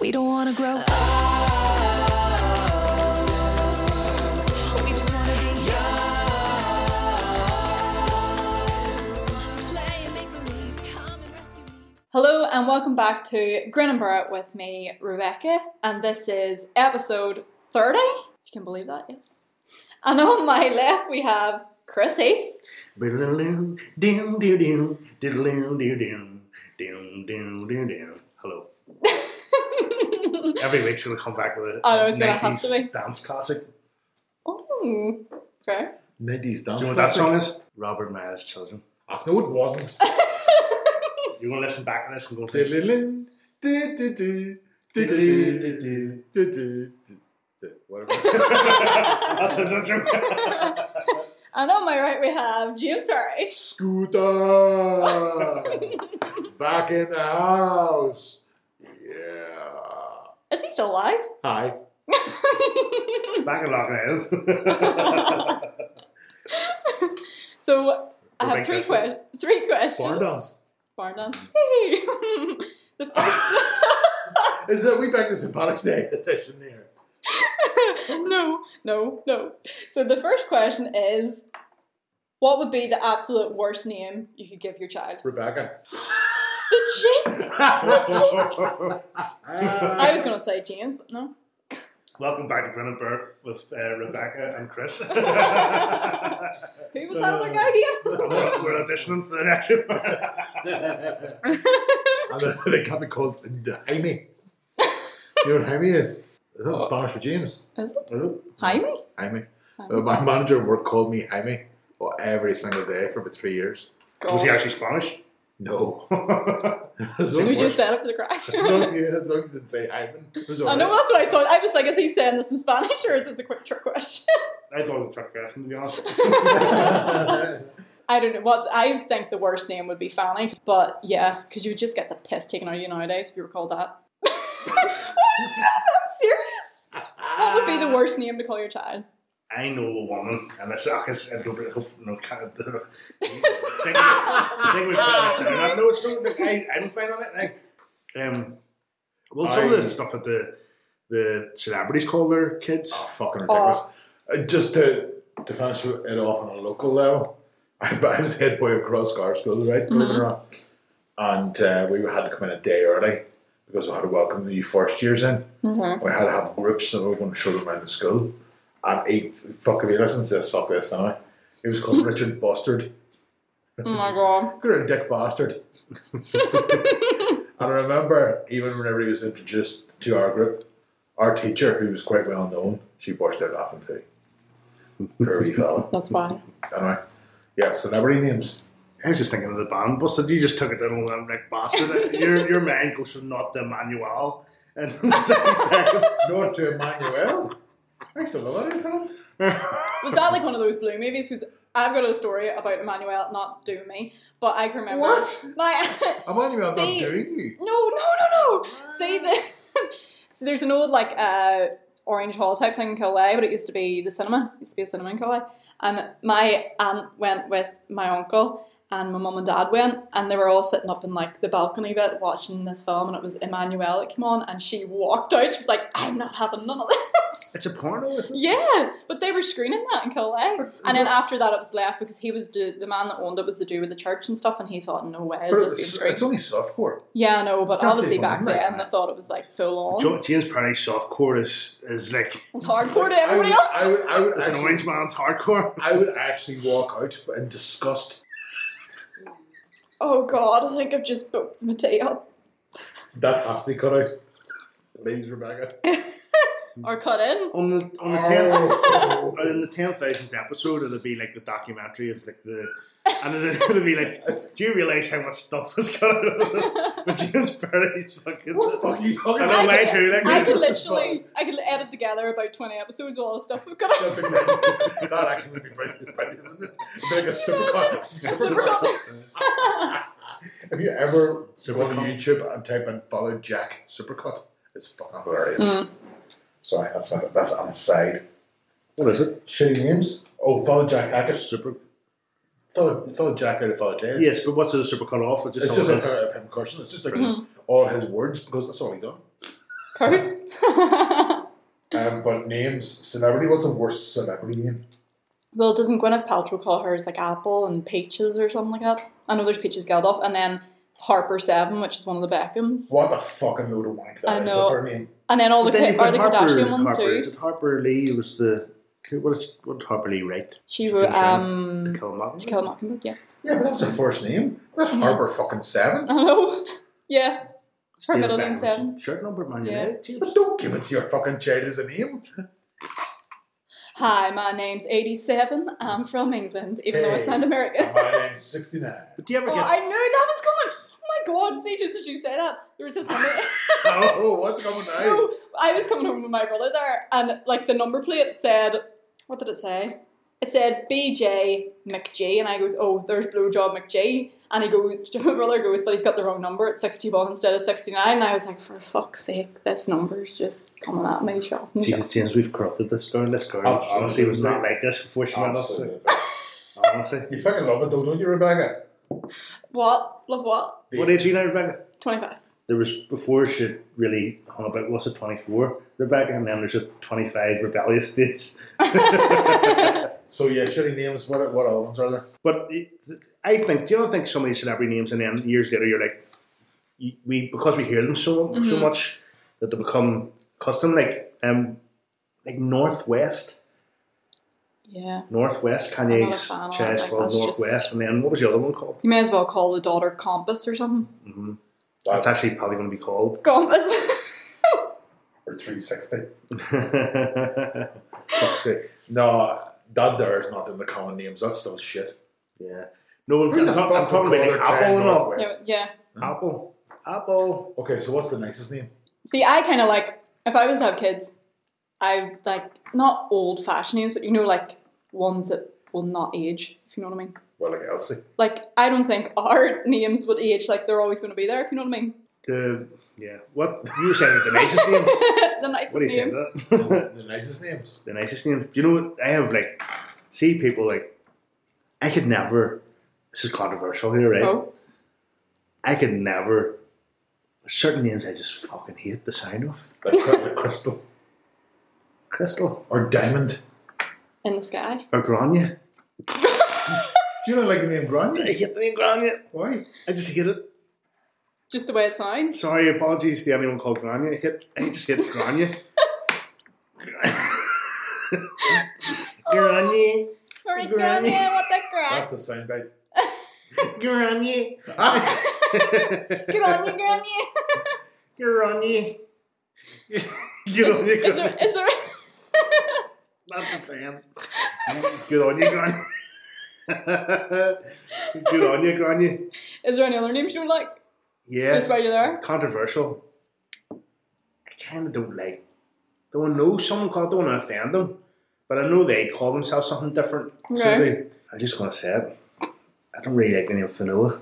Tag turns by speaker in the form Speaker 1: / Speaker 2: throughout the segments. Speaker 1: We don't wanna grow up. We just wanna be young. Play and make believe. Come and rescue me.
Speaker 2: Hello and welcome back to Grin and Bear It with me, Rebecca, and this is episode 30, if you can believe that, yes. And on my left we have Chris Heath,
Speaker 3: Diddle-doo, dim, doo, dim, diddle-doo, doo, dim, dim, dim, doo, dim. Hello. Every week's gonna come back with a
Speaker 2: Oh, it's
Speaker 3: a
Speaker 2: gonna have to
Speaker 3: 90s
Speaker 2: be.
Speaker 3: dance classic.
Speaker 2: oh, okay,
Speaker 4: Nineties dance.
Speaker 3: Do you know what that
Speaker 4: classic.
Speaker 3: song is? Robert Miles' Children.
Speaker 4: Ah, No, it wasn't.
Speaker 3: You wanna listen back to this and go
Speaker 4: er
Speaker 3: to
Speaker 4: Diddle-lin, do-do-do, do-do-do, do-do-do, Whatever.
Speaker 3: That's his intro.
Speaker 2: and on my right we have James Perry.
Speaker 4: Scooter, back in the house. Yeah.
Speaker 2: Is he still alive?
Speaker 4: Hi.
Speaker 3: back in lockdown.
Speaker 2: So I have
Speaker 3: Rebecca,
Speaker 2: three,
Speaker 3: that's
Speaker 2: que-
Speaker 3: what-
Speaker 2: three questions.
Speaker 4: Barn dance.
Speaker 2: Barn dance. Hey. the first.
Speaker 4: Is that we back to St. Patrick's Day edition here?
Speaker 2: no, no, no. So the first question is what would be the absolute worst name you could give your child?
Speaker 4: Rebecca.
Speaker 2: The Jane. I
Speaker 4: I
Speaker 2: was going to say James, but no.
Speaker 3: Welcome back to Grin and Bert with uh, Rebecca and Chris.
Speaker 2: Who was that other guy again?
Speaker 3: we're, we're auditioning for the next one.
Speaker 4: and then they can't be called Jaime. You know what Jaime is? Is that Spanish for James?
Speaker 2: Is it? Jaime?
Speaker 4: Jaime.
Speaker 2: Jaime.
Speaker 4: Uh, my manager at work called me Jaime well, every single day for about three years.
Speaker 3: Was he
Speaker 2: God.
Speaker 3: actually Spanish?
Speaker 4: No. as
Speaker 2: It
Speaker 4: long
Speaker 2: was
Speaker 4: as,
Speaker 2: just set up for the
Speaker 4: as long
Speaker 2: crack.
Speaker 4: as you- as long as you didn't say Jaime. it was
Speaker 2: I
Speaker 4: alright.
Speaker 2: know that's what I thought. I was like, is he saying this in Spanish or is this a quick trick question?
Speaker 3: I thought it was Chuck Gresham, to be honest.
Speaker 2: I don't know. Well, I think the worst name would be Fanny, but yeah, because you would just get the piss taken out of you nowadays if you were called that. Why do you laugh? I'm serious. What would be the worst name to call your child?
Speaker 3: I know a woman, and it's, I guess I don't really hope, no, kind of, I think we
Speaker 4: Ah,
Speaker 3: I know it's not, I, I'm fine on it. Like, um, well, some of
Speaker 4: I-
Speaker 3: the stuff that the the celebrities call their kids.
Speaker 4: Oh, fucking ridiculous. Uh, just to, to finish it off on a local level, I, I was head boy at Crossgar School, right?
Speaker 2: Mm-hmm.
Speaker 4: believe it or not. And uh, we had to come in a day early because we had to welcome the new first years in.
Speaker 2: Mm-hmm.
Speaker 4: We had to have groups that we were going to show them around the school. And he, fuck, if he listens to this, fuck this, anyway. He was called Richard Bastard.
Speaker 2: Oh my god.
Speaker 4: You're a dick bastard. and I remember even whenever he was introduced to our group, our teacher, who was quite well known, she burst out laughing too. Very fella.
Speaker 2: That's fine.
Speaker 4: Anyway, yeah, celebrity names.
Speaker 3: I was just thinking of the band busted. You just took it down and like bastard. your your mind goes from not the manual and
Speaker 4: Nor to Emmanuel. I still love that film.
Speaker 2: Was that like one of those blue movies? Because I've got a story about Emmanuel not doing me, but I can remember.
Speaker 4: What?
Speaker 2: My.
Speaker 4: Emmanuel,
Speaker 2: See-
Speaker 4: not doing you.
Speaker 2: No, no, no, no. See the so there's an old like uh, Orange Hall type thing in Kilday, but it used to be the cinema. It used to be a cinema in Kilday. And my aunt went with my uncle and my mum and dad went and they were all sitting up in like the balcony bit watching this film and it was Emmanuel that came on and she walked out. She was like, I'm not having none of this.
Speaker 3: it's a porno, isn't it?
Speaker 2: Yeah, but they were screening that in Kilday. And then after that it was left because he was do- the man that owned it was the dude with the church and stuff and he thought, no way, is this being
Speaker 4: It's,
Speaker 2: screened?
Speaker 4: it's only softcore.
Speaker 2: Yeah, I know, but
Speaker 4: Can't
Speaker 2: obviously
Speaker 4: say
Speaker 2: back
Speaker 4: one, like-
Speaker 2: then they thought it was like full on.
Speaker 3: Jo- James Perry's softcore is is like
Speaker 2: it's hardcore to everybody
Speaker 4: I would,
Speaker 2: else.
Speaker 4: I would, I would
Speaker 3: it's an
Speaker 4: actually-
Speaker 3: orange man's hardcore.
Speaker 4: I would actually walk out in disgust.
Speaker 2: oh god, I think I've just booked my tea up.
Speaker 4: That has to be cut out. Please, Rebecca.
Speaker 2: Or cut in.
Speaker 3: On the on the tenth
Speaker 4: Oh.
Speaker 3: Or in the ten thousandth episode, it'll be like the documentary of like the, and it'll, it'll be like, do you realise how much stuff was going on with James Perry's fucking?
Speaker 4: What the fuck are you talking
Speaker 3: And
Speaker 2: I
Speaker 3: on
Speaker 4: about?
Speaker 3: my
Speaker 2: could-
Speaker 3: too, like,
Speaker 2: I could literally, I could edit together about 20 episodes of all the stuff we've got.
Speaker 4: That'd be great. that actually would be brilliant. brilliant wouldn't it? It'd be like a supercar.
Speaker 2: supercar.
Speaker 4: Have you ever go on
Speaker 3: Supercar.
Speaker 4: YouTube and type in "follow Jack Supercut"? It's fucking hilarious.
Speaker 2: Mm.
Speaker 4: Sorry, that's not, that's on the side. What is it? Shitty names. Oh, follow Jack Hackett. Super. Follow, follow Jack out of follow Jack.
Speaker 3: yes, but what's the super cut off? It just
Speaker 4: It's just
Speaker 3: all
Speaker 4: like
Speaker 3: this-
Speaker 2: Mm-hmm.
Speaker 4: her, him cursing. It's just like all his words because that's all he done.
Speaker 2: course.
Speaker 4: Um, but names, celebrity. What's the worst celebrity name?
Speaker 2: well, doesn't Gwyneth Paltrow call hers like apple and peaches or something like that? I know there's peaches Geldof, and then Harper Seven, which is one of the Beckhams,
Speaker 4: What the fucking load of wank
Speaker 2: I
Speaker 4: that is.
Speaker 2: know.
Speaker 4: Her name.
Speaker 2: and then all the
Speaker 3: Then
Speaker 2: Ki-
Speaker 3: you've
Speaker 2: or
Speaker 3: got
Speaker 2: the Kardashian ones
Speaker 3: Harper. Is
Speaker 2: too.
Speaker 3: it Harper Lee was the who- what is what did Harper Lee write?
Speaker 2: She
Speaker 3: She's
Speaker 2: wrote
Speaker 3: from Shannon.
Speaker 2: um,
Speaker 3: Kill 'Em All.
Speaker 2: To Kill a Mockingbird. Yeah,
Speaker 4: Yeah, but that was her first name. That's
Speaker 2: Mhm.
Speaker 4: Harper fucking Seven.
Speaker 2: I know. yeah, her
Speaker 3: Steve
Speaker 2: middle name's
Speaker 3: Beckham's
Speaker 2: Seven.
Speaker 3: Shirt number, man.
Speaker 2: Yeah.
Speaker 3: United.
Speaker 4: But
Speaker 3: eh, Jeez.
Speaker 4: don't give it to your fucking child as a name.
Speaker 2: Hi, my name's 87. I'm from England, even though I
Speaker 4: Hey.
Speaker 2: sound American.
Speaker 4: My name's 69.
Speaker 3: But do you ever
Speaker 2: Oh,
Speaker 3: get?
Speaker 2: I knew that was coming. Oh my god, see, just as you say that, there was this number.
Speaker 4: oh, what's coming now?
Speaker 2: no, I was coming home with my brother there, and like the number plate said, what did it say? It said BJ McG, and I goes, oh, there's blowjob McG, and he goes, my brother goes, but he's got the wrong number. It's 61 instead of 69. And I was like, for fuck's sake, this number's just coming at me, shot. and shot.
Speaker 3: Jesus, James, we've corrupted this girl. This girl
Speaker 4: Absolutely.
Speaker 3: honestly was not like this before she met us.
Speaker 4: Absolutely.
Speaker 3: Honestly,
Speaker 4: You fucking love it though, don't you, Rebecca?
Speaker 2: What? Love what?
Speaker 3: what age are you now, Rebecca?
Speaker 2: 25.
Speaker 3: There was before she really hung about. Was it twenty four, Rebecca? And then there's a twenty five rebellious stage.
Speaker 4: So yeah, shitty names. What what other ones are there?
Speaker 3: But it- I think, do you not think so many celebrity names, and then years later you're like, you- we because we hear them so so
Speaker 2: Mm-hmm.
Speaker 3: much that they become custom. Like um, like Northwest,
Speaker 2: Yeah.
Speaker 3: Northwest,
Speaker 2: not a
Speaker 3: Kanye's
Speaker 2: fan of
Speaker 3: child's
Speaker 2: that, like,
Speaker 3: called
Speaker 2: that's just-
Speaker 3: Northwest, and then what was the other one called?
Speaker 2: You may as well call the daughter Compass or something.
Speaker 3: That's actually probably going to be called.
Speaker 2: Compass.
Speaker 4: Or 360.
Speaker 3: yeah,
Speaker 4: Fuck's sake. No, that there is not in the common names. That's still shit.
Speaker 3: no, I'm,
Speaker 4: Who
Speaker 3: I'm,
Speaker 4: the
Speaker 3: talk-
Speaker 4: fuck
Speaker 3: I'm talking about
Speaker 4: would call
Speaker 3: like
Speaker 4: their child
Speaker 3: Apple and all.
Speaker 4: Northwest?
Speaker 2: yeah, yeah.
Speaker 3: Apple, Apple.
Speaker 4: Okay, so what's the nicest name?
Speaker 2: See, I kind of like if I was to have kids, I like not old fashioned names, but you know, like ones that will not age. If you know what I mean.
Speaker 4: Well, like Elsie.
Speaker 2: Like I don't think our names would age. Like they're always going to be there. If you know what I mean.
Speaker 3: The yeah, what you were saying the nicest names.
Speaker 2: the nicest
Speaker 3: What are you saying?
Speaker 2: names.
Speaker 3: to That?
Speaker 4: the nicest names.
Speaker 3: the nicest name. You know, I have like, see people like, I could never. This is controversial here, right?
Speaker 2: Oh,
Speaker 3: I could never. Certain names I just fucking hate the sound of.
Speaker 4: Like, cr- like crystal
Speaker 3: Crystal
Speaker 4: or diamond.
Speaker 2: in the sky.
Speaker 3: or Grania.
Speaker 4: Do you not like the name
Speaker 3: I
Speaker 4: Grande?
Speaker 3: hate the name Grania.
Speaker 4: Why?
Speaker 3: I just hate it.
Speaker 2: Just the way it sounds.
Speaker 3: Sorry, apologies to anyone called Grania. I, hate, I just hate Grania. Grania,
Speaker 2: All right,
Speaker 3: Granny.
Speaker 2: Granny, I want that
Speaker 4: That's
Speaker 2: crack.
Speaker 4: a soundbite.
Speaker 3: Grania,
Speaker 4: Ah,
Speaker 2: Get on you, Granny.
Speaker 3: Grania. Get on your
Speaker 2: Is there? Is there?
Speaker 3: That's what I'm saying. Good on you, Granny. Good on you, Granny.
Speaker 2: Is there any other names you don't like?
Speaker 3: Yeah.
Speaker 2: Just while you're there.
Speaker 3: Controversial. I kind of don't like. Don't know someone called. Don't want to offend them, but I know they call themselves something different. So
Speaker 2: Okay.
Speaker 3: they, I'm just gonna say it. I don't really like the name Finola.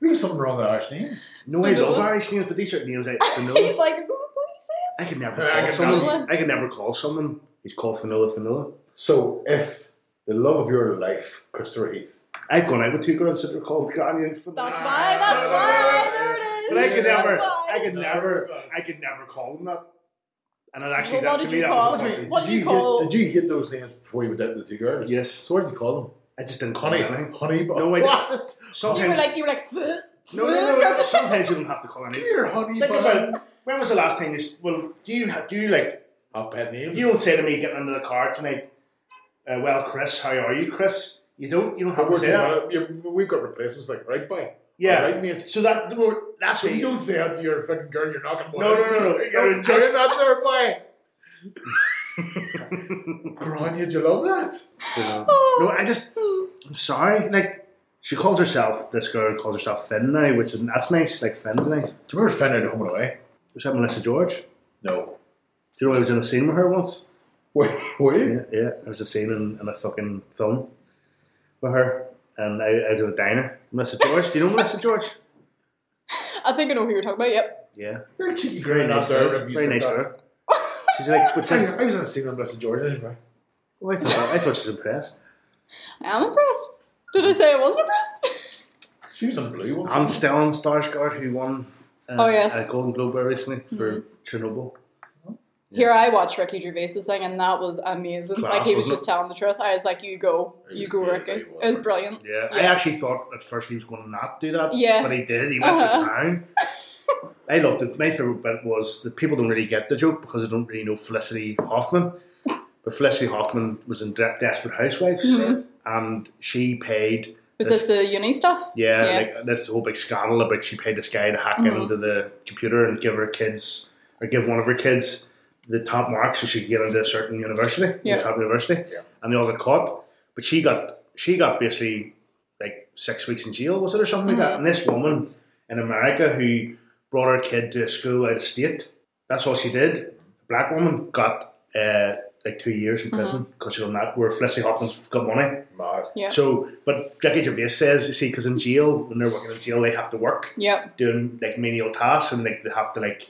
Speaker 4: there's something wrong with Irish names.
Speaker 3: No, I love
Speaker 2: Fionnuala?
Speaker 3: Irish names, but these are names like
Speaker 2: He's
Speaker 3: Finola.
Speaker 2: like, what are you saying?
Speaker 3: I could never
Speaker 4: I
Speaker 3: call
Speaker 4: can
Speaker 3: someone.
Speaker 2: tell.
Speaker 3: I could never call someone. He's called Finola Finola.
Speaker 4: So if the love of your life, Christopher Heath.
Speaker 3: I've gone out with two girls that are called Granny and Finola.
Speaker 2: That's why. That's why. There it is.
Speaker 3: But I could
Speaker 4: Yeah,
Speaker 3: never,
Speaker 2: That's why.
Speaker 3: I could
Speaker 4: No,
Speaker 3: never,
Speaker 4: everybody.
Speaker 3: I could never call them that. And it actually,
Speaker 2: Well,
Speaker 3: that,
Speaker 2: what
Speaker 3: to
Speaker 2: did
Speaker 3: me,
Speaker 2: you
Speaker 3: that was
Speaker 2: call
Speaker 3: a
Speaker 2: them?
Speaker 3: fucking-
Speaker 2: What do you
Speaker 4: did
Speaker 2: call-
Speaker 4: Get, did you get those names before you went out with the two girls?
Speaker 3: Yes.
Speaker 4: So what did you call them?
Speaker 3: I just didn't call
Speaker 4: Honey,
Speaker 3: them. anything.
Speaker 4: honey. bu-
Speaker 3: No, I didn't.
Speaker 4: what?
Speaker 2: You were
Speaker 3: Sometimes,
Speaker 2: like, you were like, "Fuh,
Speaker 3: no,
Speaker 2: fuh,
Speaker 3: no, no, no,
Speaker 2: girl."
Speaker 3: sometimes you don't have to call
Speaker 4: Come
Speaker 3: anything.
Speaker 4: here, honey.
Speaker 3: Think
Speaker 4: bun.
Speaker 3: about when was the last time you? s- Well, do you do you like?
Speaker 4: have pet names.
Speaker 3: You don't say to me getting into the car tonight. Uh, well, Chris, how are you, Chris? You don't. You don't have
Speaker 4: We're
Speaker 3: to say that.
Speaker 4: down- you- we've got replacements like right by.
Speaker 3: Yeah.
Speaker 4: All right, mate.
Speaker 3: So that that's
Speaker 4: So
Speaker 3: what
Speaker 4: you don't say that to your fucking girl. You're knocking.
Speaker 3: No, no, no, no.
Speaker 4: You're enjoying that there, boy. Grania, did you love that?
Speaker 3: No, I just. I'm sorry. Like she calls herself. This girl calls herself Finn now, which is that's nice. Like Finn's nice.
Speaker 4: Do you remember Finn and Home and Away?
Speaker 3: Was that Melissa George?
Speaker 4: No.
Speaker 3: Do you know I was in a scene with her once?
Speaker 4: Wait, were you?
Speaker 3: Yeah, yeah. I was a scene in, in a fucking film with her, and I, I was in a diner. Melissa George, do you know Melissa George?
Speaker 2: I think I know who you're talking about. Yep.
Speaker 3: Yeah,
Speaker 4: Very cheeky
Speaker 3: very
Speaker 4: girl.
Speaker 3: nice.
Speaker 4: Not
Speaker 3: Girl.
Speaker 4: there.
Speaker 3: Very nice girl. She's like, but
Speaker 4: I,
Speaker 3: like
Speaker 4: I was in a scene on Blessed George, didn't I?
Speaker 3: oh, I thought I thought she was impressed.
Speaker 2: I'm impressed. Did I say I wasn't impressed?
Speaker 4: She was on blue. Wasn't
Speaker 3: And Stellan Starsgard, who won uh,
Speaker 2: Oh, yes. Mm-hmm.
Speaker 3: a Golden Globe recently for Chernobyl.
Speaker 2: Here I watched Ricky Gervais's thing, and that was amazing.
Speaker 3: Class,
Speaker 2: like he was
Speaker 3: wasn't
Speaker 2: just
Speaker 3: it?
Speaker 2: telling the truth. I was like, "You go,
Speaker 4: It
Speaker 2: you
Speaker 4: was
Speaker 2: go,
Speaker 4: great,
Speaker 2: Ricky."
Speaker 4: it
Speaker 2: It
Speaker 4: was.
Speaker 2: was brilliant.
Speaker 3: Yeah, I actually thought at first he was going to not do that,
Speaker 2: Yeah.
Speaker 3: but he did. He went
Speaker 2: Uh-huh.
Speaker 3: to town. I loved it. My favorite bit was that people don't really get the joke because they don't really know Felicity Hoffman. But Felicity Hoffman was in De- Desperate Housewives,
Speaker 2: Mm-hmm.
Speaker 3: and she paid.
Speaker 2: Was this the uni stuff?
Speaker 3: Yeah,
Speaker 2: Yeah.
Speaker 3: like that's the whole big scandal about she paid this guy to hack into the computer and give her kids or give one of her kids the top marks so she could get into a certain university,
Speaker 2: Yeah.
Speaker 3: the top university,
Speaker 4: Yeah.
Speaker 3: and they all got caught. But she got she got basically like six weeks in jail, was it or something like that? And this woman in America who brought her kid to a school out of state, that's all she did. A black woman got uh, like two years in prison because she done that. Where Felicity Hoffman's got money.
Speaker 4: Mad.
Speaker 2: Yeah.
Speaker 3: So, but Ricky Gervais says, you see, because in jail, when they're working in jail, they have to work
Speaker 2: Yep.
Speaker 3: doing like menial tasks and like they have to like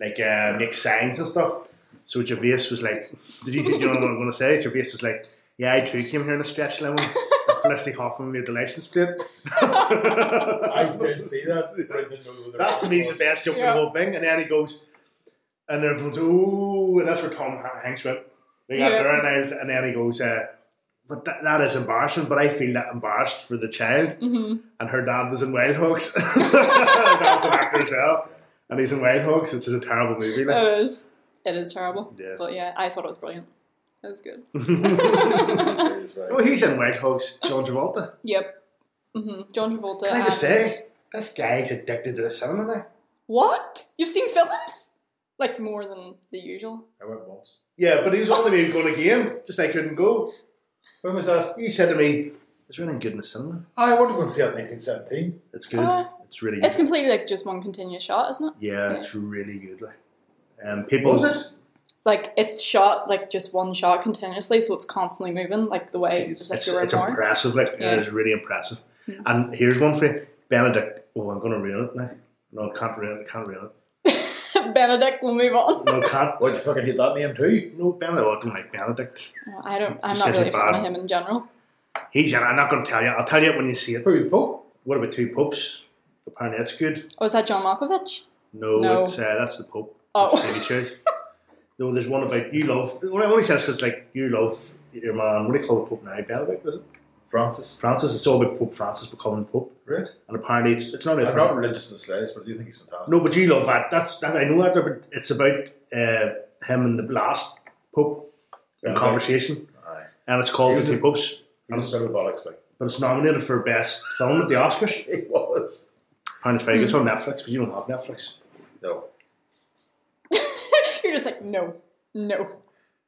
Speaker 3: like uh, make signs and stuff. So Gervais was like, "Did you, do you know what I'm going to say?" Gervais was like, "Yeah, I too came here in a stretch limo." and Felicity Hoffman made the license plate.
Speaker 4: I did see that. but I didn't know who the
Speaker 3: That to me is
Speaker 4: rest
Speaker 3: the best joke
Speaker 2: Yeah.
Speaker 3: in the whole thing. And then he goes, and everyone's ooh, and that's where Tom Ha- Hanks went. They got
Speaker 2: Yeah.
Speaker 3: there, and, I was, and then he goes, uh, but that, that is embarrassing. But I feel that embarrassed for the child.
Speaker 2: Mm-hmm.
Speaker 3: And her dad was in Wild Hogs. her dad's an actor as well, and he's in Wild Hogs. It's a terrible movie. Like.
Speaker 2: It is. It is terrible.
Speaker 3: Yeah.
Speaker 2: But yeah, I thought it was brilliant. It was good.
Speaker 4: was the
Speaker 3: Oh, he's in Wild Hogs. John Travolta.
Speaker 2: Yep. hmm John Travolta.
Speaker 3: Can I just
Speaker 2: and-
Speaker 3: say, this guy's addicted to the cinema now.
Speaker 2: What? You've seen films? Like more than the usual.
Speaker 4: I went once.
Speaker 3: Yeah, but he was only maybe going again. Just I couldn't go.
Speaker 4: When was that?
Speaker 3: You said to me, "Is there anything good in the cinema?"
Speaker 4: I wanted to go and see that in 1917.
Speaker 3: It's good.
Speaker 2: Uh,
Speaker 3: it's really.
Speaker 2: It's completely like just one continuous shot, isn't it?
Speaker 3: Yeah, it's really good. Like, um, people.
Speaker 4: Was it?
Speaker 2: Like it's shot like just one shot continuously, so it's constantly moving. Like the way it's like
Speaker 3: It's,
Speaker 2: you were
Speaker 3: it's
Speaker 2: more.
Speaker 3: impressive. Like
Speaker 2: Yeah.
Speaker 3: it is really impressive. And here's one for you, Benedict. Oh, I'm gonna ruin it now. No, I can't ruin it. Can't ruin it.
Speaker 2: Benedict will move on.
Speaker 3: No, can't.
Speaker 4: Why you fucking hate that name too?
Speaker 3: No, Benedict. oh, I don't like Benedict.
Speaker 2: No, I don't. I'm
Speaker 3: Just
Speaker 2: not
Speaker 3: get
Speaker 2: really a
Speaker 3: it
Speaker 2: fan
Speaker 3: bad.
Speaker 2: of him in general.
Speaker 3: He's in. it. I'm not gonna tell you. I'll tell you it when you see it.
Speaker 4: Who you Pope?
Speaker 3: What about two popes? Apparently, that's good.
Speaker 2: Oh, is that John Malkovich?
Speaker 3: No,
Speaker 2: No.
Speaker 3: it's uh, that's the pope.
Speaker 2: Oh.
Speaker 3: It's Baby Church. no, there's one about you love. Well, I only says because like you love your man. What do you call the pope now? Benedict, is it?
Speaker 4: Francis.
Speaker 3: Francis. It's all about Pope Francis becoming pope.
Speaker 4: Right?
Speaker 3: And apparently, it's, it's not.
Speaker 4: I'm not religious in the slightest, but I do think he's fantastic.
Speaker 3: No, but you love that. That's that I know that, but it's about uh, him and the last pope in
Speaker 4: Okay.
Speaker 3: conversation,
Speaker 4: Aye.
Speaker 3: and it's called
Speaker 4: He
Speaker 3: the
Speaker 4: was
Speaker 3: two
Speaker 4: a-
Speaker 3: popes.
Speaker 4: He was sort of bollocks like.
Speaker 3: But it's nominated for best film at the Oscars.
Speaker 4: He was.
Speaker 3: Apparently, it's very good. It's on Netflix, but you don't have Netflix.
Speaker 4: No.
Speaker 2: You're just like no, no,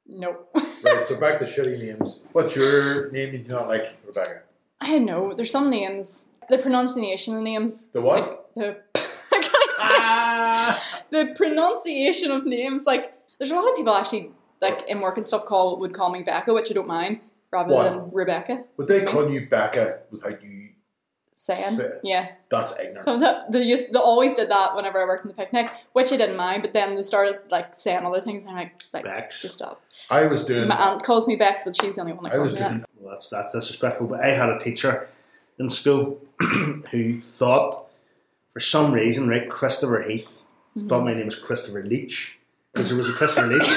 Speaker 2: no.
Speaker 4: Right, so back to shitty names. What's your name you do not like, Rebecca?
Speaker 2: I don't know. There's some names. The pronunciation of names.
Speaker 4: The what?
Speaker 2: The I can't say-
Speaker 4: Ah!
Speaker 2: the pronunciation of names. Like there's a lot of people actually like in work and stuff call would call me Becca, which I don't mind, rather
Speaker 4: Why?
Speaker 2: than Rebecca.
Speaker 4: Would they call you Becca without you?
Speaker 2: Saying
Speaker 4: Say-
Speaker 2: yeah.
Speaker 4: That's ignorant.
Speaker 2: Sometimes they, used, they always did that whenever I worked in the picnic, which I didn't mind. But then they started like saying other things, and I'm like, like
Speaker 3: Bex.
Speaker 2: just stop.
Speaker 4: I was doing.
Speaker 2: My aunt calls me Bex, but she's the only one that
Speaker 4: I was
Speaker 2: calls me
Speaker 4: doing.
Speaker 2: that.
Speaker 3: Well, that's that's disrespectful. But I had a teacher in school who thought, for some reason, right, Christopher Heath
Speaker 2: Mm-hmm.
Speaker 3: thought my name was Christopher Leach because there was a Christopher Leach,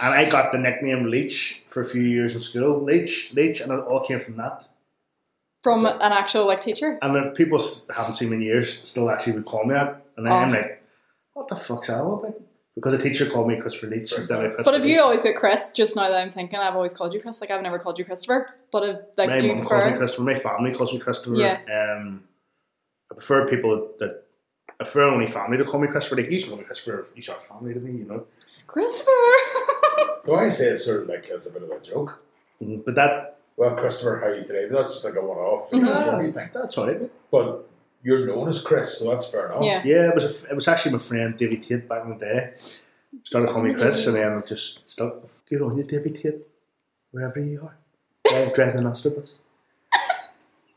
Speaker 3: and I got the nickname Leach for a few years in school. Leach, Leach, and it all came from that.
Speaker 2: from an actual like teacher.
Speaker 3: And then people s- haven't seen me in years still actually would call me that, and then I'm
Speaker 2: Oh.
Speaker 3: like, what the fuck's that all about? Because a teacher called me Christopher Leach instead of Christopher.
Speaker 2: But if you
Speaker 3: Leach.
Speaker 2: always go Chris, just now that I'm thinking, I've always called you Chris. Like I've never called you Christopher. But if, like,
Speaker 3: my
Speaker 2: do you
Speaker 3: mum calls me
Speaker 2: prefer?
Speaker 3: Christopher. My family calls me Christopher.
Speaker 2: Yeah.
Speaker 3: Um, I prefer people that I prefer only family to call me Christopher. Like you should call me Christopher. You are family to me, you know.
Speaker 2: Christopher.
Speaker 4: Do I say it sort of like as a bit of a joke?
Speaker 3: Mm, But that
Speaker 4: Well, Christopher, how are you today? But that's just like a one off.
Speaker 3: Ah,
Speaker 4: What do you think?
Speaker 3: that's all right.
Speaker 4: But you're known as Chris, so that's fair enough.
Speaker 2: Yeah.
Speaker 3: Yeah, it was. A, f- it was actually my friend David Tate back in the day. Started calling me Chris, and then it just stuck. Good on you, David Tate. Wherever you are, Yeah, driving an Ulster bus.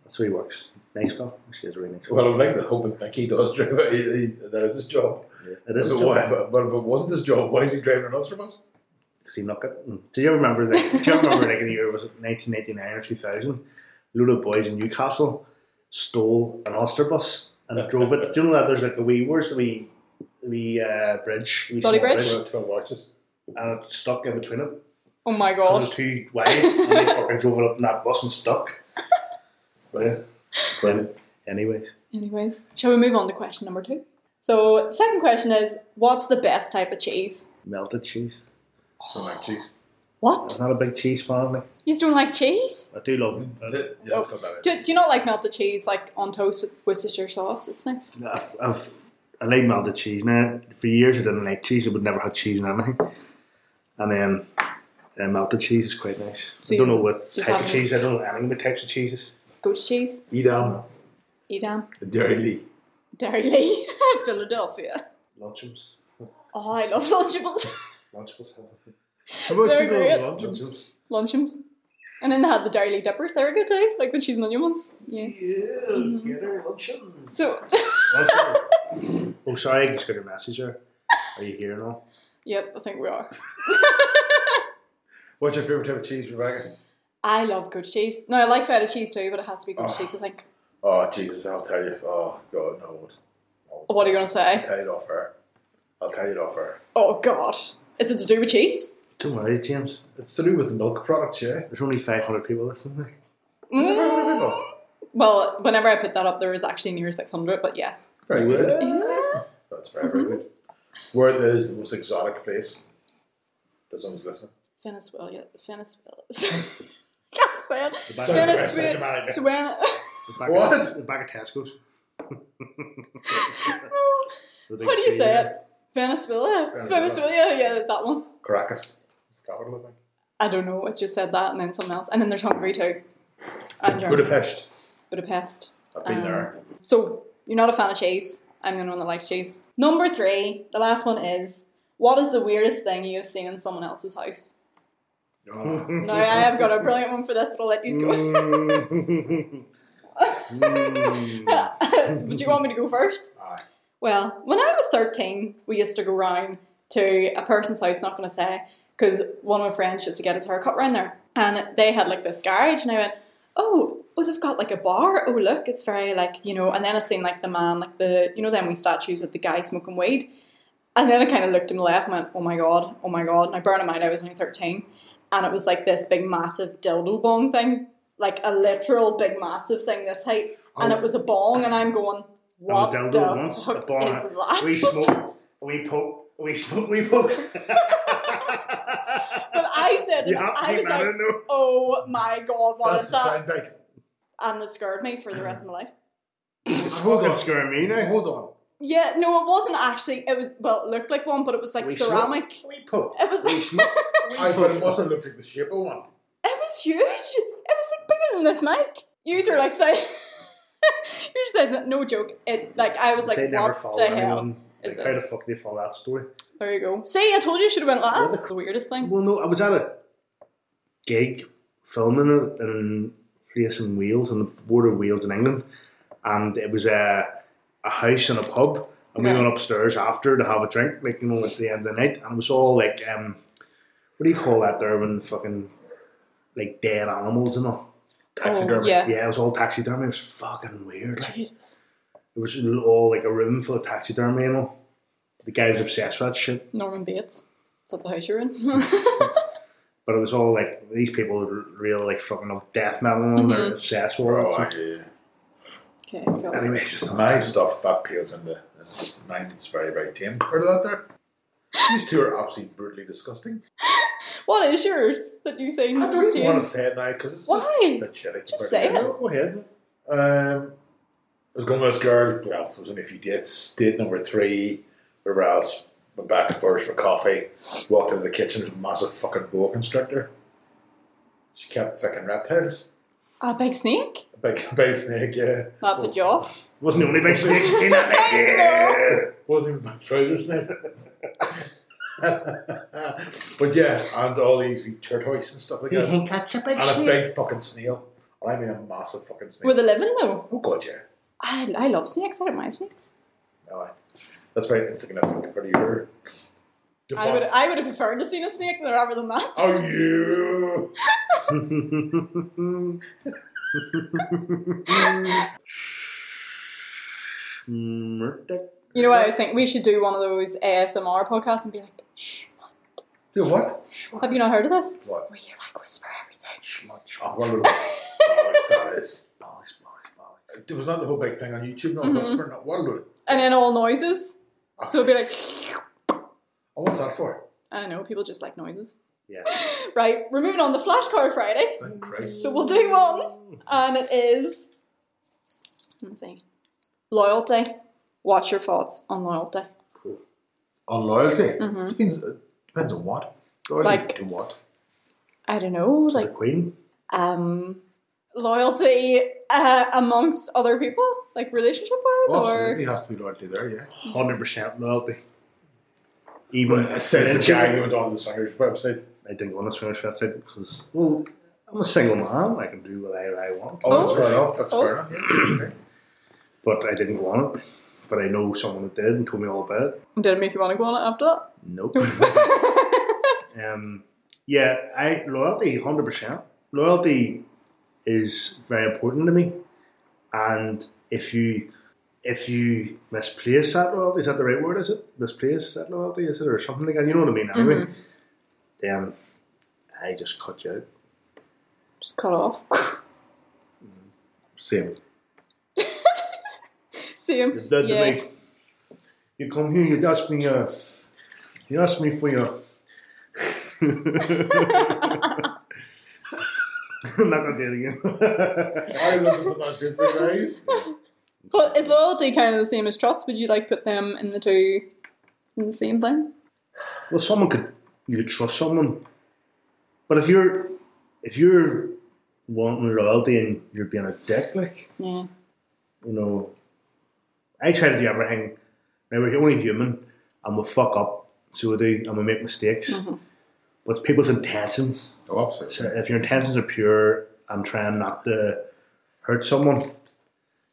Speaker 3: That's how he works. Nice guy. Actually, is a really nice guy.
Speaker 4: Well, I would like to hope and think he does drive. He, he, that is his job.
Speaker 3: It is. a
Speaker 4: But
Speaker 3: job.
Speaker 4: why- but, but if it wasn't his job, why is he driving an Ulster bus?
Speaker 3: Does he knock it? Mm. Do you remember like do you remember like in the year was it nineteen ninety nine or two thousand? Load of boys in Newcastle stole an Ulster bus and I drove it. Do you know that there's like a wee where's the wee the wee uh, bridge, the wee
Speaker 2: Dolly
Speaker 3: small
Speaker 2: Bridge?
Speaker 4: Twin- twin watches.
Speaker 3: and it's stuck in between them
Speaker 2: Oh my
Speaker 3: because it
Speaker 2: god.
Speaker 3: was too wide. and they fucking drove it up in that bus and stuck. Right. But anyways,
Speaker 2: Anyways, shall we move on to question number two? So, second question is what's the best type of cheese?
Speaker 3: melted cheese.
Speaker 4: Oh, my cheese.
Speaker 2: What?
Speaker 3: I'm not a big cheese fan. Like,
Speaker 2: You don't like cheese?
Speaker 3: I do love. It.
Speaker 4: Yeah,
Speaker 2: Oh.
Speaker 4: it's got that in it.
Speaker 2: Do, do you not like melted cheese like on toast with Worcestershire sauce? It's nice.
Speaker 3: I've, I've I like melted cheese now. For years, I didn't like cheese. I would never have cheese in anything. And then uh, melted cheese is quite nice.
Speaker 2: So
Speaker 3: I don't
Speaker 2: you
Speaker 3: know what
Speaker 2: just
Speaker 3: type of
Speaker 2: haven't-
Speaker 3: cheese. I don't know anything about types of cheeses.
Speaker 2: Goat's cheese,
Speaker 4: Edam,
Speaker 2: Edam,
Speaker 4: Dairy Lee.
Speaker 2: Dairy Lee, Philadelphia.
Speaker 3: Lunchables.
Speaker 2: Oh, I love Lunchables.
Speaker 3: Lunchables. have-
Speaker 4: How about
Speaker 2: They're
Speaker 4: you going
Speaker 2: great.
Speaker 4: lunch?
Speaker 3: Lunchables.
Speaker 2: Lunchums. And then they had the Dairy Lee dippers. They were good too, like the cheese and onion ones. Yeah. Mm-hmm.
Speaker 3: Yeah, get her lunchables.
Speaker 2: So,
Speaker 3: Lunchables. oh, sorry, I just got a message there. Are you here now?
Speaker 2: yep, I think we are.
Speaker 4: What's your favourite type of cheese, Rebecca?
Speaker 2: I love goat's cheese. No, I like feta cheese too, but it has to be goat's
Speaker 4: Oh.
Speaker 2: cheese, I think.
Speaker 4: Oh, Jesus, I'll tell you. Oh, God, no. I won't. I won't.
Speaker 2: What are you going to say?
Speaker 4: I'll tell you it off air. I'll tell you it off air.
Speaker 2: Oh, God. Is it to do with cheese?
Speaker 3: Don't worry, James.
Speaker 4: It's to do with milk products, yeah?
Speaker 3: There's only 500 people listening.
Speaker 2: Mm.
Speaker 4: Very good.
Speaker 2: Well, whenever I put that up, there is actually near 600, but yeah.
Speaker 4: Very good.
Speaker 3: Mm.
Speaker 2: Yeah.
Speaker 4: That's very, very good. Where there is the most exotic place? Does someone's listen?
Speaker 2: Venezuela. Venezuela. Can't say it.
Speaker 3: The back
Speaker 4: Sorry,
Speaker 3: of-
Speaker 4: Dennis, we-
Speaker 2: Venezuela. Swen-
Speaker 3: the back
Speaker 4: What?
Speaker 3: Of, the back of Tesco's.
Speaker 2: Oh.
Speaker 3: The big
Speaker 2: How do you
Speaker 3: tree
Speaker 2: say
Speaker 3: there.
Speaker 2: it? Venezuela.
Speaker 4: Venezuela.
Speaker 2: Venezuela. Yeah, that one.
Speaker 4: Caracas. It's the capital, I think.
Speaker 2: I don't know. I just said that and then something else. And then there's Hungary too. And Germany.
Speaker 4: Budapest.
Speaker 2: Budapest.
Speaker 4: I've been
Speaker 2: Um,
Speaker 4: there.
Speaker 2: So you're not a fan of cheese. I'm the only one that likes cheese. Number three, the last one is what is the weirdest thing you have seen in someone else's house?
Speaker 4: Oh,
Speaker 2: Now I have got a brilliant one for this, but I'll let you go.
Speaker 3: Mm. Mm.
Speaker 2: Would you want me to go first?
Speaker 4: aye.
Speaker 2: Well, when I was 13, we used to go round to a person's house, not going to say, because one of my friends used to get his hair cut round there. And they had like this garage, and I went, oh, well, they've got like a bar. Oh, look, it's very like, you know. And then I seen like the man, like the, you know, them we statues with the guy smoking weed. And then I kind of looked to my left and went, oh my God, oh my God. Now, bear in mind, I was only 13. And it was like this big, massive dildo bong thing, like a literal big, massive thing this height. And
Speaker 4: Oh.
Speaker 2: it was a bong, and I'm going, what
Speaker 3: dildo
Speaker 2: the
Speaker 3: once,
Speaker 2: fuck
Speaker 3: a bong,
Speaker 2: is that?
Speaker 3: we smoke, we poke, we smoke, we poke.
Speaker 2: But I said,
Speaker 3: you have to
Speaker 2: I
Speaker 3: keep
Speaker 2: was
Speaker 3: that
Speaker 2: like,
Speaker 3: in though.
Speaker 2: oh my god, what
Speaker 4: That's
Speaker 2: is
Speaker 4: the
Speaker 2: that?
Speaker 4: sound bite.
Speaker 2: And it scared me for the rest of my life.
Speaker 3: It's fucking scaring me now.
Speaker 4: Hold on.
Speaker 2: Yeah, no, it wasn't actually. It was, well, it looked like one, but it was like
Speaker 3: We
Speaker 2: ceramic.
Speaker 3: smoke, we poke.
Speaker 2: It was like,
Speaker 3: We
Speaker 2: it
Speaker 3: smoke.
Speaker 4: I thought it must have looked like the shape of one.
Speaker 2: was huge. It was like bigger than this mic. You were like, saying, you just said, no joke. It, like, I was like,
Speaker 3: they never
Speaker 2: what
Speaker 3: follow
Speaker 2: the hell?
Speaker 3: anyone.
Speaker 2: is
Speaker 3: like, how the
Speaker 2: this?
Speaker 3: fuck do they follow that story?
Speaker 2: There you go. See, I told you I should have went last.
Speaker 3: What
Speaker 2: the weirdest thing.
Speaker 3: Well, no, I was at a gig filming it in a place in Wales, on the border of Wales and England, and it was a, a house and a pub, and
Speaker 2: Okay.
Speaker 3: we went upstairs after to have a drink, like, you know, at the end of the night, and it was all like, um, what do you call that there when fucking, like, dead animals and all?
Speaker 4: Taxidermy.
Speaker 2: Oh, yeah.
Speaker 3: Yeah, it was all taxidermy, it was fucking weird. Like,
Speaker 2: Jesus.
Speaker 3: it was all like a room full of taxidermy and all. The guy was obsessed with that shit.
Speaker 2: Norman Bates. Is that the house you're in?
Speaker 3: But it was all like these people are real like fucking of death metal and
Speaker 2: Mm-hmm.
Speaker 3: they're obsessed with
Speaker 4: Oh,
Speaker 3: it.
Speaker 4: I hear you.
Speaker 2: okay, cool.
Speaker 3: Anyway, it's just
Speaker 4: My stuff that pales in the in the nine. It's very very tame. Heard of that there? These two are absolutely brutally disgusting.
Speaker 2: What is yours that you say?
Speaker 4: I don't even want to say it now because it's
Speaker 2: Why?
Speaker 4: just a bit shitty.
Speaker 2: Just say it.
Speaker 3: Go ahead.
Speaker 4: Um, I was going with this girl. Well, there was only a few dates. Date number three. Wherever else went back to first for coffee. Walked into the kitchen. There's a massive fucking boa constrictor. She kept fucking reptiles.
Speaker 2: A big snake?
Speaker 4: A big big snake. Yeah.
Speaker 2: That put you off.
Speaker 3: Wasn't the only big snake seen that night. Yeah.
Speaker 4: Wasn't even my trousers now. but yeah, and all these wee tortoise and stuff like that.
Speaker 2: Mhm.
Speaker 3: that's a big
Speaker 4: And a big fucking snail. And I mean a massive fucking snail.
Speaker 2: Were they living though?
Speaker 4: oh god, yeah.
Speaker 2: I, I love snakes. I don't mind snakes.
Speaker 4: No, I, that's very insignificant compared to your. your
Speaker 2: I
Speaker 4: body.
Speaker 2: would I would have preferred to seen a snake rather than that.
Speaker 4: Oh, you!
Speaker 3: Schmurdick.
Speaker 2: You know what I was thinking? We should do one of those ASMR podcasts and be like, shh,
Speaker 4: Do what?
Speaker 2: have you not heard of this?
Speaker 4: What?
Speaker 2: Where you like whisper everything.
Speaker 3: Schmutz.
Speaker 4: Oh, what about- bollocks that is.
Speaker 3: Bollocks, bollocks, bollocks.
Speaker 4: There was not the whole big thing on YouTube, not
Speaker 2: Mhm.
Speaker 4: whispering, not what about it?
Speaker 2: And then all noises.
Speaker 3: Ah.
Speaker 4: Oh,
Speaker 2: So it'll be like,
Speaker 4: oh, what's that for?
Speaker 2: I don't know, people just like noises.
Speaker 3: Yeah.
Speaker 2: Right, we're moving on to Flashcard Friday.
Speaker 4: Thank Christ.
Speaker 2: So we'll do one, and it is. Let me see. Loyalty. What's your thoughts on loyalty?
Speaker 4: On loyalty.
Speaker 3: Mm-hmm.
Speaker 4: Depends, uh, depends on what. Loyalty
Speaker 2: Like-
Speaker 4: to what?
Speaker 2: I don't know,
Speaker 3: The
Speaker 2: like
Speaker 3: Queen.
Speaker 2: um, loyalty uh, amongst other people, like relationship wise,
Speaker 4: Oh,
Speaker 2: or
Speaker 4: absolutely has to be loyalty there, yeah.
Speaker 3: Hundred percent loyalty. Even
Speaker 4: It says the guy who went on the swingers website.
Speaker 3: I didn't go on the swingers website because well, I'm a single man. I can do what I, I want.
Speaker 4: Oh, that's
Speaker 2: Oh.
Speaker 4: fair enough. That's
Speaker 2: Oh.
Speaker 4: fair enough. Yeah. okay.
Speaker 3: But I didn't go on it. But I know someone that did and told me all about it.
Speaker 2: did it make you want to go on it after that?
Speaker 3: Nope. um, yeah, I loyalty hundred percent. Loyalty is very important to me, and if you if you misplace that loyalty, is that the right word? Is it misplace that loyalty? Is it or something like that? You know what I mean? Anyway, then I just cut you out.
Speaker 2: Just cut off.
Speaker 4: Same.
Speaker 2: Same.
Speaker 3: You did
Speaker 2: yeah.
Speaker 3: to me. You come here, you ask me, uh, you ask me for your. I'm not gonna do it again.
Speaker 4: I love the country, are you?
Speaker 2: Well, is loyalty kind of the same as trust? Would you like put them in the two in the same thing?
Speaker 3: well, someone could you could trust someone, but if you're if you're wanting loyalty and you're being a dick, like
Speaker 2: Yeah.
Speaker 3: you know, I try to do everything. Now we're only human, and we fuck up, so we do, and we make mistakes. But it's people's intentions.
Speaker 4: Oh, absolutely.
Speaker 3: So if your intentions are pure and trying not to hurt someone,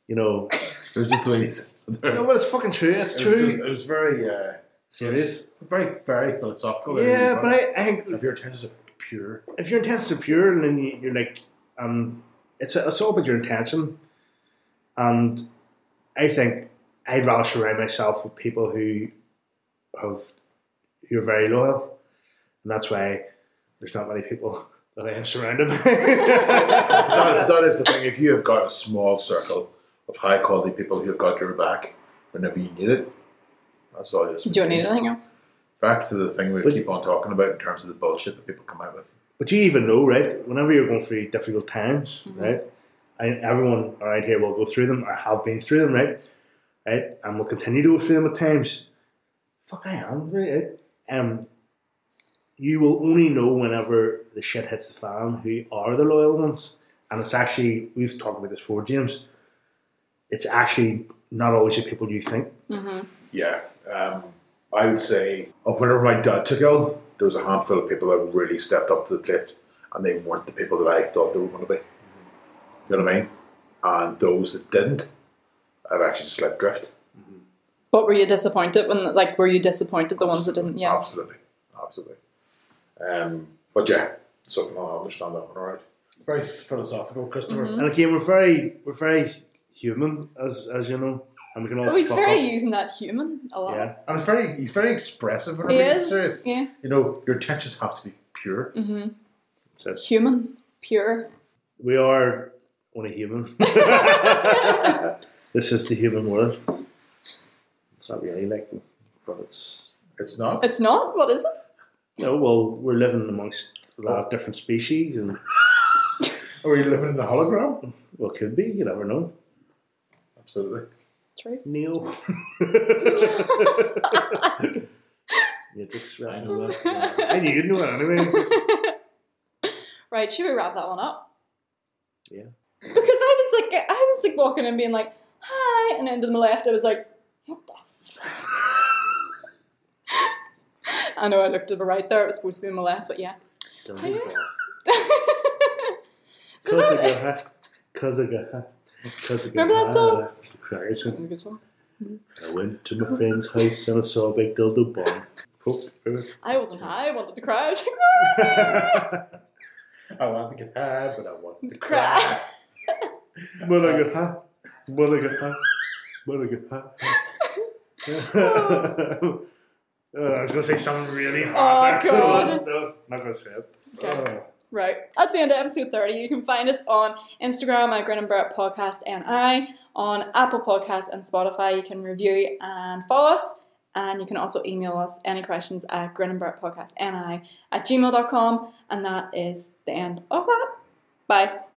Speaker 3: you know,
Speaker 4: There's just ways.
Speaker 3: no, but it's fucking true. It's
Speaker 4: It was, just-
Speaker 3: true.
Speaker 4: it was very, uh,
Speaker 3: Serious?
Speaker 4: very, very philosophical. there,
Speaker 3: Yeah,
Speaker 4: wasn't
Speaker 3: but
Speaker 4: it?
Speaker 3: I, I think
Speaker 4: if your intentions are pure,
Speaker 3: if your intentions are pure and then you- you're like, um, it's it's all about your intention, and I think I'd rather surround myself with people who have who are very loyal, and that's why there's not many people that I am surrounded by.
Speaker 4: that, that is the thing. If you have got a small circle of high quality people who have got your back whenever you need it, that's all you
Speaker 2: Do you need anything else?
Speaker 4: Back to the thing we
Speaker 3: But-
Speaker 4: keep on talking about in terms of the bullshit that people come out with.
Speaker 3: But you even know, right? Whenever you're going through difficult times,
Speaker 2: Mm-hmm.
Speaker 3: right? And everyone around here will go through them or have been through them, right? Right? And will continue to go through them at times. Fuck, I am, right? Um, you will only know whenever the shit hits the fan who are the loyal ones. And it's actually, we've talked about this before, James. It's actually not always the people you think.
Speaker 4: Yeah, um, I would say of whenever my dad took ill, there was a handful of people that really stepped up to the plate, and they weren't the people that I thought they were going to be. You know what I mean? And those that didn't, I've actually just let drift.
Speaker 2: But were you disappointed when, like, were you disappointed the ones that
Speaker 3: Oh,
Speaker 2: didn't? Yeah.
Speaker 4: Absolutely, absolutely. Um, but yeah, so I understand that one, all right? Very philosophical, Christopher.
Speaker 2: Mm-hmm.
Speaker 3: And again, we're very, we're very human, as as you know, and we can all.
Speaker 2: Oh, he's
Speaker 3: fuck
Speaker 2: very
Speaker 3: up.
Speaker 2: using that human a lot.
Speaker 3: Yeah.
Speaker 4: And it's very, he's very expressive whenever
Speaker 2: He is.
Speaker 4: he's
Speaker 2: Mm-hmm.
Speaker 4: serious.
Speaker 2: Yeah.
Speaker 4: You know, your intentions have to be pure.
Speaker 3: That's it.
Speaker 2: Human. Pure.
Speaker 3: We are only human. this is the human world. It's not really like, but it's
Speaker 4: It's not.
Speaker 2: It's not? What is it?
Speaker 3: you know, well, we're living amongst a lot of different species, and
Speaker 4: Are we living in a hologram?
Speaker 3: well, could be. You never know.
Speaker 4: Absolutely.
Speaker 2: True.
Speaker 3: Neil. yeah, just I, I knew you'd know it anyway.
Speaker 2: Right, should we wrap that one up?
Speaker 3: Yeah.
Speaker 2: Because I was like, I was like walking and being like, hi, and then to my left, I was like, what the fuck? I know I looked to the right there, it was supposed to be my left, but yeah. so
Speaker 3: Cause I got
Speaker 2: that,
Speaker 3: high. Cause I got high. Cause I got
Speaker 2: Remember that
Speaker 3: high.
Speaker 2: song?
Speaker 3: It's a crackers one.
Speaker 2: Good song.
Speaker 3: I went to my friend's house and I saw a big dildo bomb. Poke her.
Speaker 2: I wasn't high, I wanted to cry. I was like,
Speaker 4: I want to get high, but I want to
Speaker 2: Cry.
Speaker 4: cry.
Speaker 3: But I got high. But I got high. What a good. Uh, I was going to say something really hard.
Speaker 2: Oh, God.
Speaker 3: No, not going to say it.
Speaker 2: Okay. Right. That's the end of episode 30. You can find us on Instagram at Grin and Brett Podcast NI, on Apple Podcasts and Spotify. You can review and follow us. And you can also email us any questions at Grin and Brett Podcast NI at gmail.com. And that is the end of that. Bye.